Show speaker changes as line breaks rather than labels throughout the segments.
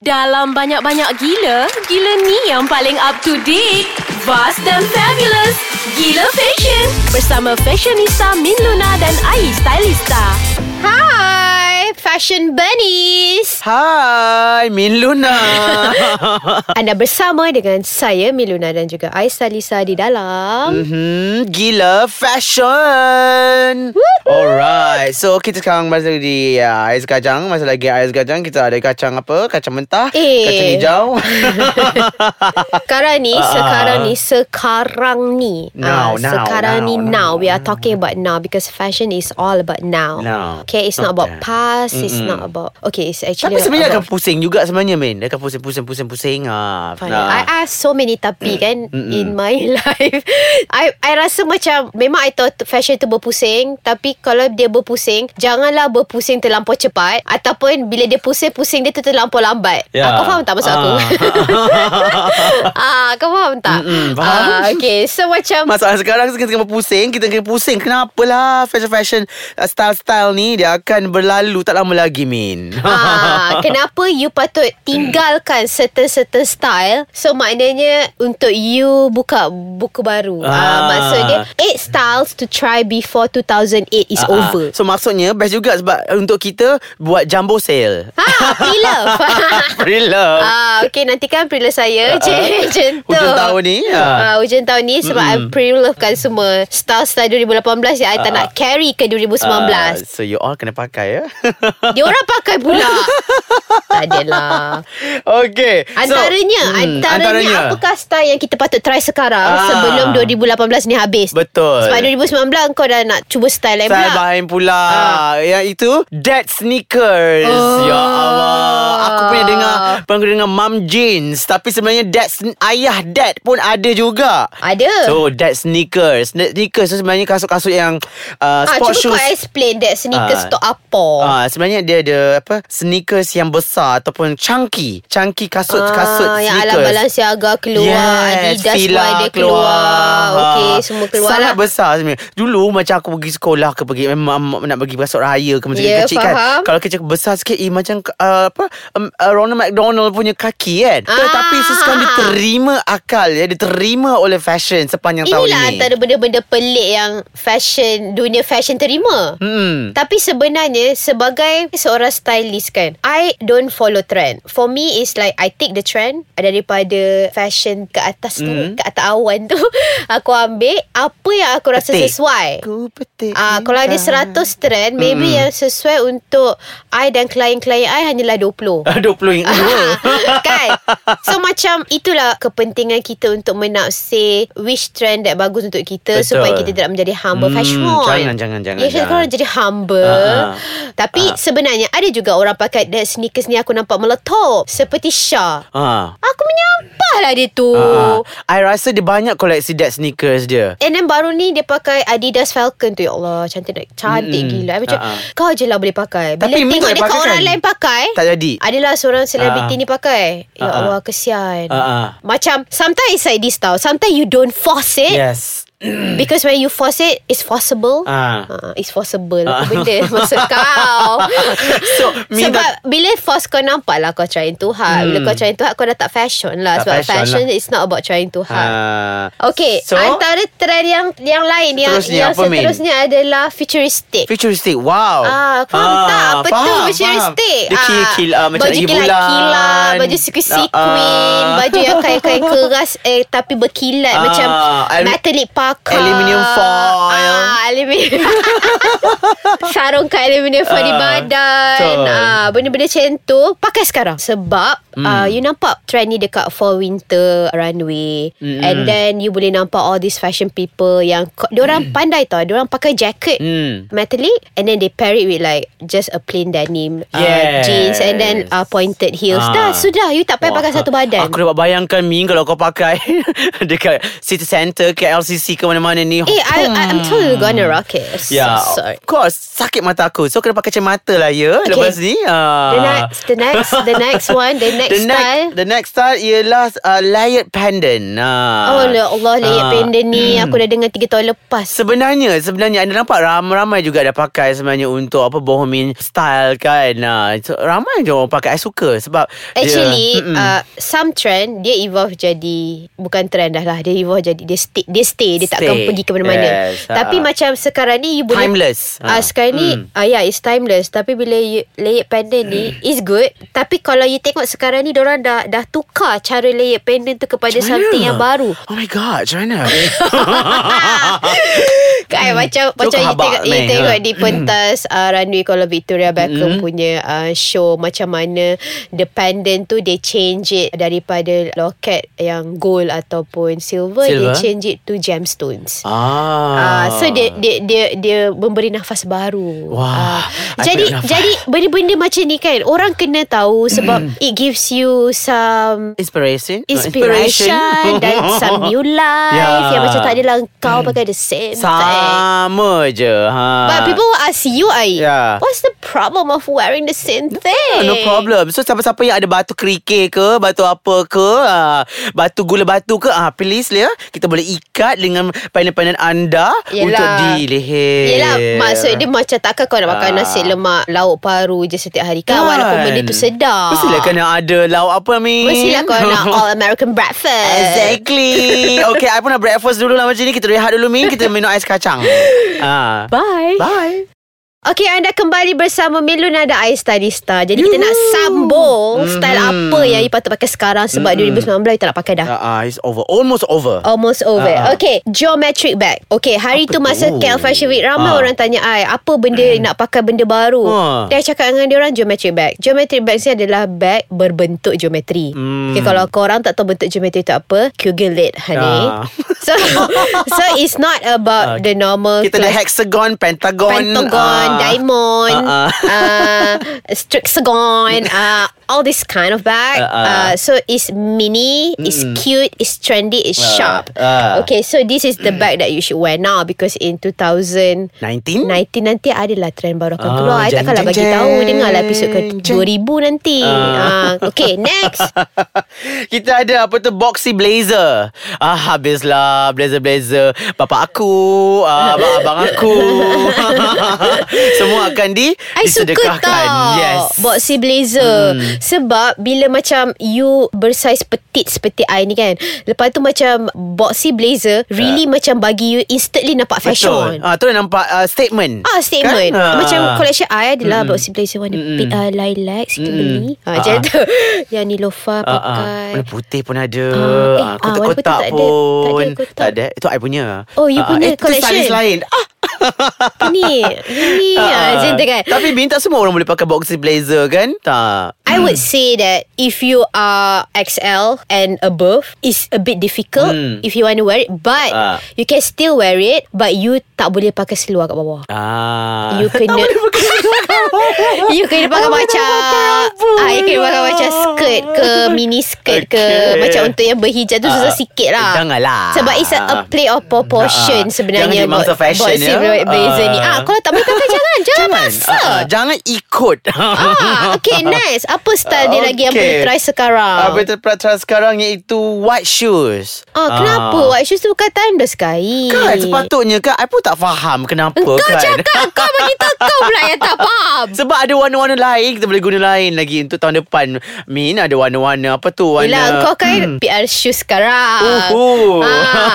Dalam banyak-banyak gila, gila ni yang paling up to date. Vast dan fabulous. Gila Fashion. Bersama fashionista Min Luna dan AI Stylista.
Hai, Fashion Bunnies.
Hai, Min Luna.
Anda bersama dengan saya Miluna dan juga Aisyah Lisa di dalam.
hmm, gila fashion. Alright. So kita sekarang masih di uh, ais kacang, masih lagi ais kacang. Kita ada kacang apa? Kacang mentah,
Eh.
kacang hijau.
Sekarang ni,
Ah.
sekarang ni, sekarang ni.
Now,
Ah,
now,
sekarang
now,
ni
now.
now. We are talking about now because fashion is all about now.
Now.
Okay, it's not about
Okay.
past, it's not about Okay, it's actually
Tapi sebenarnya akan
about
pusing juga sebenarnya, Min. Dia akan pusing, pusing, pusing, pusing. Ah,
Fine.
nah.
I ask so many tapi kan in my life. I I rasa macam memang I tahu tu- fashion tu berpusing tapi kalau dia berpusing janganlah berpusing terlampau cepat ataupun bila dia pusing-pusing dia tu terlampau lambat.
Ya.
Ah, kau faham tak maksud aku? ah, kau faham tak?
Mm-mm, faham.
Ah, okay, so macam
Masalah sekarang kita kena pusing Kita kena pusing Kenapalah Fashion-fashion uh, Style-style ni Dia akan berlalu Tak lama lagi Min
Ah, kenapa you patut tinggalkan certain-certain style So maknanya untuk you buka buku baru ah.
Ah.
Maksudnya 8 styles to try before 2008 is
Ah, ah.
over
So maksudnya Best juga sebab Untuk kita Buat jumbo sale
Ha, pre-love
Free love
Ah, okay, nantikan pre-love saya Cik, jentuh
Ah, Hujung tahun ni,
ah.
ah.
Hujung tahun ni Sebab mm-hmm. I pre-love kan semua Style-style 2018 Yang I tak nak carry ke 2019
Ah, so you all kena pakai ya
Dia orang pakai pula Tak adalah
Okay
Antaranya,
so, Hmm,
so, antaranya, antaranya apakah style yang kita patut try sekarang
Ah.
sebelum 2018 ni habis?
Betul
Sebab 2019 kau dah nak cuba style lain
Saya
pula. Ah.
bahain pula Yang itu Dead sneakers
Oh.
Ya Allah Aku punya dengar Pernah dengar mom jeans Tapi sebenarnya Dad sn- Ayah dad pun ada juga
Ada.
So dad sneakers Dad sneakers tu sebenarnya kasut-kasut yang uh,
ah, cuba
Sport
kau
shoes
explain that sneakers
Ah.
tu apa.
Ah, sebenarnya dia ada apa sneakers yang besar ataupun chunky, chunky kasut-kasut
Ah,
sneakers.
yang alam Balenciaga keluar
Yes,
Adidas
Fila
semua dia keluar,
Ha.
Okay semua keluar
Sangat
lah
besar sebenarnya Dulu macam aku pergi sekolah ke pergi Memang mak- nak pergi besok raya ke Macam
Ya,
kecil
faham.
kan Kalau kecil besar sikit eh, Macam uh, apa um, uh, Ronald McDonald punya kaki kan
Ah.
Tetapi so, sekarang diterima akal ya, Diterima oleh fashion sepanjang tahun ini
Inilah antara benda-benda pelik yang fashion dunia fashion terima.
Hmm.
Tapi sebenarnya sebagai seorang stylist kan, I don't follow trend. For me is like I take the trend daripada fashion ke atas tu,
Hmm.
ke atas awan tu, aku ambil apa yang aku rasa
Petik.
sesuai.
Aku petik
Ah, kalau ada 100 trend, maybe
Hmm.
mm. yang sesuai untuk I dan klien-klien I hanyalah 20.
20 yang
kan So macam Itulah kepentingan kita Untuk menaksir Which trend that bagus untuk kita
Betul.
Supaya kita tidak menjadi humble
Hmm,
fashion
jangan, jangan, jangan,
Ya kita
jangan.
kalau jadi humble
Ah, ah.
Tapi sebenarnya Ada juga orang pakai That sneakers ni aku nampak meletup Seperti Shah
Ha.
Aku menyampah lah dia tu
Ha. I rasa dia banyak koleksi dead sneakers dia.
And then baru ni dia pakai Adidas Falcon tu Ya Allah Cantik nak Cantik
Mm-mm.
gila I Macam
Ah, ah.
kau je lah boleh pakai Bila
Tapi Min
tengok
tak
dekat
pakai
orang
kan?
lain pakai
Tak jadi.
Adalah seorang selebriti
Ah, ah.
ni pakai Ya
Ah, ah.
Allah kesian
Ah, ah.
Macam Sometimes it's like this tau Sometimes you don't force it
Yes.
Because when you force it It's forcible
Ah.
Ah, It's forcible
Ah.
Apa benda Maksud kau
So, Min
Sebab
tak-
bila force kau nampak lah Kau trying too hard Bila kau trying too hard Kau dah tak fashion
Hmm. Tak
lah Sebab
fashion
fashion,
lah.
It's not about trying too hard
Ha.
Ah. Okay so,
So-
Antara trend yang Yang lain Yang,
Seterusnya
yang
apa, Min?
seterusnya adalah Futuristic
Futuristic Wow
Ah, faham ah, tak apa tu
faham,
futuristic?
faham. Dia kil-kil ah, Macam
baju
lagi bulan
kilat-kilat, baju sequin-sequin,
Ah, ah.
baju yang kain-kain keras eh tapi berkilat
Ah,
macam
al-
metallic parka.
aluminium foil.
Ah, aluminium. Sarung kain aluminium foil di
Ah,
badan.
betul. Hmm.
Ah, benda-benda macam tu pakai sekarang sebab ah, you nampak trend ni dekat fall winter runway
Hmm.
and then you boleh nampak all these fashion people yang diorang pandai tau, diorang pakai jacket
Hmm.
metallic and then they pair it with like just a plain denim uh,
Yes.
jeans and then uh, pointed heels.
Ah.
Dah sudah you tak payah
Wah,
pakai satu badan.
Aku dapat bayangkan Min Kalau kau pakai Dekat city center KLCC ke mana-mana ni Hmm.
Eh, I, I, I'm totally gonna rock it. So
Ya
sorry.
Of course Sakit mata aku So kena pakai kacamata lah ya okay.
Okay.
Lepas ni uh,
The next, the next, the next one, the next
the
style.
Next, the next style ialah uh, layered pendant. Uh,
Oh la Allah layak
Ah.
pendant ni Aku dah dengar 3 tahun lepas
Sebenarnya Sebenarnya Anda nampak ramai-ramai juga Dah pakai sebenarnya Untuk apa Bohemian style kan nah, so, Ramai je orang pakai I suka Sebab dia-
Actually
Mm-mm.
uh, Some trend Dia evolve jadi Bukan trend dah lah Dia evolve jadi Dia stay Dia, stay, dia tak
Stay.
akan pergi ke mana-mana
Yes,
Tapi
ah.
macam sekarang ni You boleh
Timeless.
uh,
Ah.
Sekarang ni
Mm.
uh, Yeah it's timeless Tapi bila you, Layered pendant ni
Hmm.
Is good Tapi kalau you tengok sekarang ni Diorang dah Dah tukar cara layered pendant tu Kepada
Macam
something
mana?
yang baru
Oh my god Macam mana
Kan
Hmm.
macam macam you
khabar
tengok, you
ni,
tengok
ha. Hmm.
di pentas uh, runway kalau Victoria Beckham punya uh, show macam mana the pendant tu they change it daripada loket yang gold ataupun silver,
Silver.
they change it to gemstones.
ah.
Ah, so dia dia dia dia memberi nafas baru.
Wah,
Ah.
I
jadi
tarik nafas.
jadi benda-benda macam ni kan orang kena tahu
Mm.
sebab it gives you some
Inspiration No,
inspiration dan some new life
Ya.
yeah. yang macam tak adalah kau
Mm.
pakai the same thing.
Sama je ha.
But people will ask you, I,
Yeah.
what's the problem of wearing the same thing?
No problem So siapa-siapa yang ada batu kerikil ke Batu apa ke uh, Batu gula batu ke uh, Please ya Kita boleh ikat dengan Pendant-pendant anda
Yelah.
Untuk di leher
Yelah Maksud dia macam takkan kau nak makan
Ah.
nasi lemak Lauk paru je setiap hari kan, Walaupun benda tu sedap
Mestilah kena ada lauk apa ni
Mestilah kau nak all American breakfast
Exactly Okay I pun nak breakfast dulu lah macam ni Kita rehat dulu Min Kita minum ais kacang uh.
Bye
Bye
Okay anda kembali bersama Melun ada Ais Tanista Jadi kita nak sambung
Mhm.
Style apa yang you patut pakai sekarang Sebab 2019 you tak nak pakai dah
uh, uh, It's over Almost over
Almost over
Ah.
uh-huh. Okay Geometric bag Okay hari
Apa
tu masa
tu?
KL Fashion Week Ramai
Ah.
orang tanya I Apa benda nak pakai benda baru
Ah.
Dia cakap dengan dia orang Geometric bag Geometric bag ni adalah Bag berbentuk geometri
Hmm.
okay, Kalau korang tak tahu bentuk geometri tu apa Google it
Ah.
honey So So it's not about The normal
Kita ada
class-
hexagon Pentagon
Pentagon,
ah.
diamond,
Ah,
uh, strixagon, uh, all this kind of bag.
Ah,
Uh,
ah.
so it's mini, it's
Mm.
cute, it's trendy, it's
Ah,
sharp.
ah.
okay, so this is the bag that you should wear now because in 2019
19
nanti adalah trend baru akan
Ah,
keluar. I
jeng,
takkanlah
jeng,
bagi
jeng.
tahu. Dengarlah episod ke
Jeng.
2000 nanti.
Ah.
Uh. okay, next.
Kita ada apa tu Boxy blazer ah, Habislah Blazer-blazer Bapak aku ah, Abang-abang aku Semua akan di
I suka
disedekahkan.
tau
Yes
Boxy blazer hmm. Sebab Bila macam You bersaiz petit Seperti I ni kan Lepas tu macam Boxy blazer Really macam bagi you Instantly nampak fashion
Betul ah, Tu dah nampak uh, statement
Ah
Kan?
statement kan?
Ah.
Macam collection I adalah mm. Boxy blazer Warna pink, uh, lilac Kita beli ah, Macam
Hmm. Ah, ah.
tu Yang Nilofa
Ah, ah.
pakai
Warna putih pun ada
Ah, eh,
ah,
ah, warna putih
Kotak-kotak
tak ada.
pun
Tak ada kotak.
Tak ada Itu I punya
Oh, you
Ah,
punya
eh, Itu
collection.
stylist lain ah,
Apa Ni Ni ah, Macam tu kan
Tapi minta semua orang boleh pakai boxy blazer kan Tak
I would
Hmm.
say that if you are XL and above, it's a bit difficult
Hmm.
if you want to wear it. But
Ah.
you can still wear it, but you tak boleh pakai seluar kat bawah.
Ah.
You kena You kena pakai
I wanna
macam
Ah, pakai apa
ah, You kena pakai
lah.
macam skirt ke Mini skirt ke
Okay.
Macam untuk yang berhijab tu
Ah,
Susah sikit lah
janganlah.
Sebab it's a, a play of proportion
Ah, ah.
Sebenarnya
Jangan dimangsa
buat-
fashion,
buat
ya.
si blazer ni
Ah.
ah, Kalau tak boleh pakai jangan Jangan
Jangan
paksa
Ah, ah, Jangan ikut
Ah, okay, nice. Apa style dia lagi yang
Okay.
boleh try sekarang?
Ah, Betul peraturan sekarang Iaitu white shoes
Oh, kenapa?
Ah.
White shoes tu bukan timeless sekali.
Kan sepatutnya kan I pun tak faham Kenapa
Kau
kan
cakap kau bagi tahu kau pula yang tak faham.
Sebab ada warna-warna lain Kita boleh guna lain lagi Untuk tahun depan Min ada warna-warna Apa tu warna
Yelah, kau kan PR shoes sekarang.
Hmm. Uhu. Hmm.
Ah.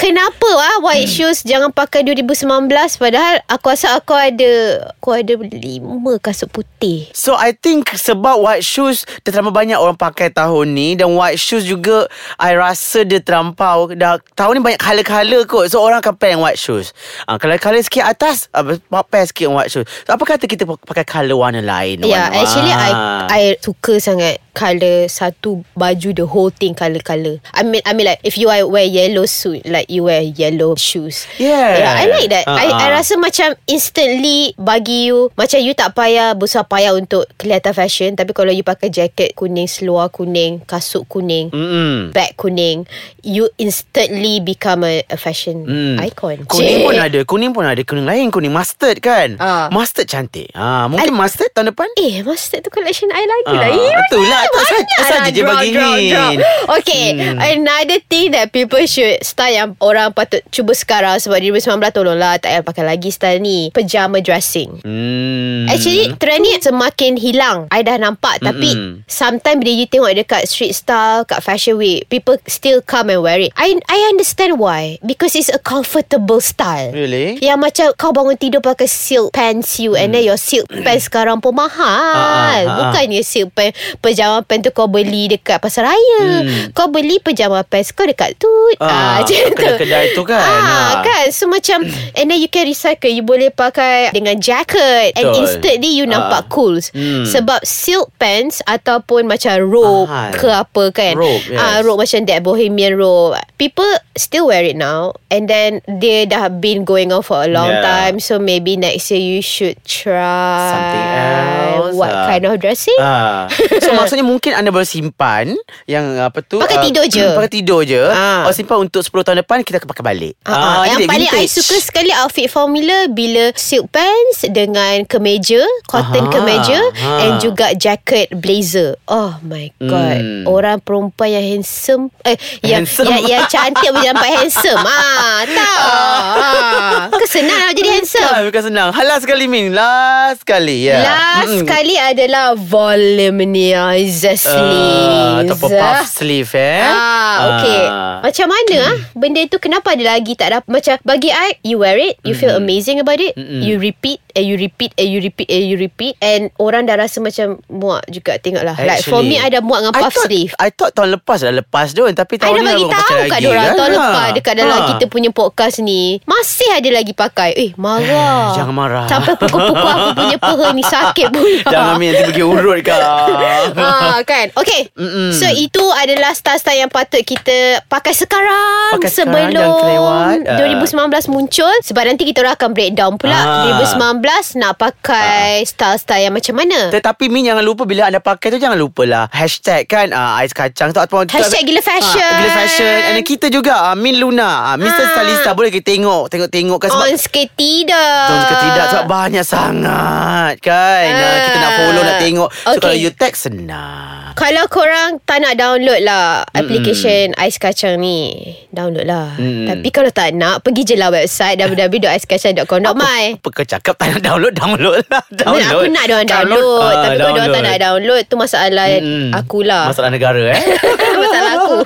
Kenapa ah white shoes jangan pakai 2019 padahal aku rasa aku ada aku ada lima kasut putih.
So I think sebab white shoes Dia terlalu banyak orang pakai tahun ni Dan white shoes juga I rasa dia terlampau dah, Tahun ni banyak colour-colour kot So orang akan pair yang white shoes ha, Colour-colour sikit atas ah, Pair sikit yang white shoes so, Apa kata kita pakai colour warna lain
Ya, yeah,
warna-
actually I
Ah.
I suka sangat color satu baju the whole thing color-color. I mean I mean like if you are wear yellow suit like you wear yellow shoes.
Yeah.
yeah I like that. I,
Ah,
I
ah.
rasa macam instantly bagi you macam you tak payah besar payah untuk kelihatan fashion tapi kalau you pakai jaket kuning, seluar kuning, kasut kuning,
Hmm. Mm-mm.
bag kuning, you instantly become a, a fashion
Hmm.
icon.
Kuning
Cik.
pun ada Kuning pun ada Kuning lain Kuning mustard kan
Ah.
Mustard cantik ah, Mungkin mustard tahun depan
Eh, mustard tu collection I lagi
Ah,
lah. Ya,
betul lah. Tak
banyak
saja-
lah.
saja je
Drop,
bagi
drop,
ni. Hmm.
drop. Okay, another thing that people should style yang orang patut cuba sekarang sebab 2019 tolonglah lah, tak payah pakai lagi style ni. Pajama dressing.
hmm.
Actually trend ni semakin hilang I dah nampak Tapi
Mm-mm.
Sometimes bila you tengok Dekat street style Kat fashion week People still come and wear it I I understand why Because it's a comfortable style
Really?
Yang macam Kau bangun tidur Pakai silk pants you And then your silk pants Sekarang pun mahal
Hmm. ah, ah.
Bukannya silk pants Pajama pants tu kau beli Dekat pasar raya Kau beli pajama pants Kau dekat tu
Hmm. Ah, kat kedai-kedai tu kan.
ah,
Ah.
kan kan So macam And then you can recycle You boleh pakai Dengan jacket And
Betul.
instantly You
Ah.
nampak cool
Hmm.
Sebab silk pants Ataupun macam robe
Mahal.
Ke apa kan
Ah, Robe, yes.
Ah, Robe macam that Bohemian robe People still wear it now And then They dah been going on For a long
Yeah.
time So maybe next year You should try
Something else,
What
ah.
kind of dressing
Ah. So maksudnya mungkin anda bersimpan Yang apa tu
Pakai
ah,
tidur je.
Pakai tidur je
Ah.
Or simpan untuk 10 tahun depan Kita akan pakai balik
Ah, ah, yang
jadi
paling I
vintage.
suka sekali outfit formula bila silk pants dengan kemeja, cotton
Aha,
kemeja
ha.
and juga jacket blazer. Oh my god.
Hmm.
Orang perempuan yang handsome eh yang
Handsome.
yang, yang cantik boleh nampak handsome. Ah, tak. Ah. Kau senang nak jadi handsome.
Ah, bukan senang Halah sekali Min Last sekali ya. Hmm. yeah.
Last
Mm-mm.
sekali adalah voluminous
Ah,
sleeves.
Ataupun puff sleeve eh
Ah, okay.
Ah.
Macam mana ah benda tu kenapa ada lagi tak dapat macam bagi I you wear it, you
Hmm.
feel amazing about it, you repeat and you repeat and you repeat and you repeat and orang dah rasa macam muak juga tengoklah. Like for me
Actually,
I dah muak dengan
I
puff
thought-
sleeve.
I thought tahun lepas dah lepas tu Tapi
I
tahun
dah
ni
bagi
baru pakai
tahu kat
lagi
diorang
kan?
Tahun
Ah.
lepas Dekat dalam
Ah.
kita punya podcast ni Masih ada lagi pakai Eh marah
Eh, jangan marah.
Sampai pukul-pukul aku punya peha ni Sakit pula
Jangan Min Nanti pergi urut kau
ah kan Okay Mm-mm. So itu adalah Style-style yang patut kita Pakai sekarang
Pakai sekarang,
Sebelum
jangan kelewat. Ah.
2019 muncul Sebab nanti kita orang akan breakdown pula
Ah.
2019 nak pakai Style-style yang macam mana
Tetapi Min jangan lupa Bila anda pakai tu Jangan lupalah Hashtag kan uh, Ais kacang tu Ataupun Ah,
Hashtag gila fashion.
Gila fashion And then kita juga uh, Min Luna uh, Mr.
Ah. Oh,
Stylista Boleh kita tengok Tengok-tengok kan Sebab
On skate tidak
Tahun ke tidak Sebab banyak sangat Kan uh, Kita nak follow Nak tengok So
Ah. Okay.
kalau you tag Senang
Kalau korang tak nak download lah application Ais Kacang ni, download lah.
Mm-mm.
Tapi kalau tak nak, pergi je lah website www.aiskacang.com.my.
Apa kau cakap Tak nak download Download lah download.
Download. Eh. Aku nak diorang download,
Ah,
Tapi kalau diorang tak nak download Tu masalah
Mm-mm.
akulah
Masalah negara eh
Masalah aku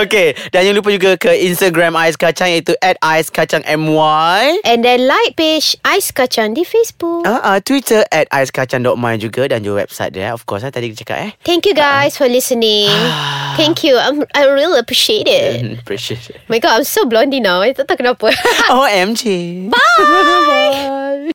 Okay Dan jangan lupa juga Ke Instagram Ais Kacang Iaitu At Ais Kacang MY
And then like page Ais Kacang di Facebook
Uh, uh, Twitter at aiskacang.my juga Dan juga website dia Of course lah Tadi kita cakap eh
Thank you guys for listening
Ah.
Thank you I'm, I really appreciate it
Hmm, Appreciate it
My god I'm so blondie now I tak tahu kenapa
OMG Bye Bye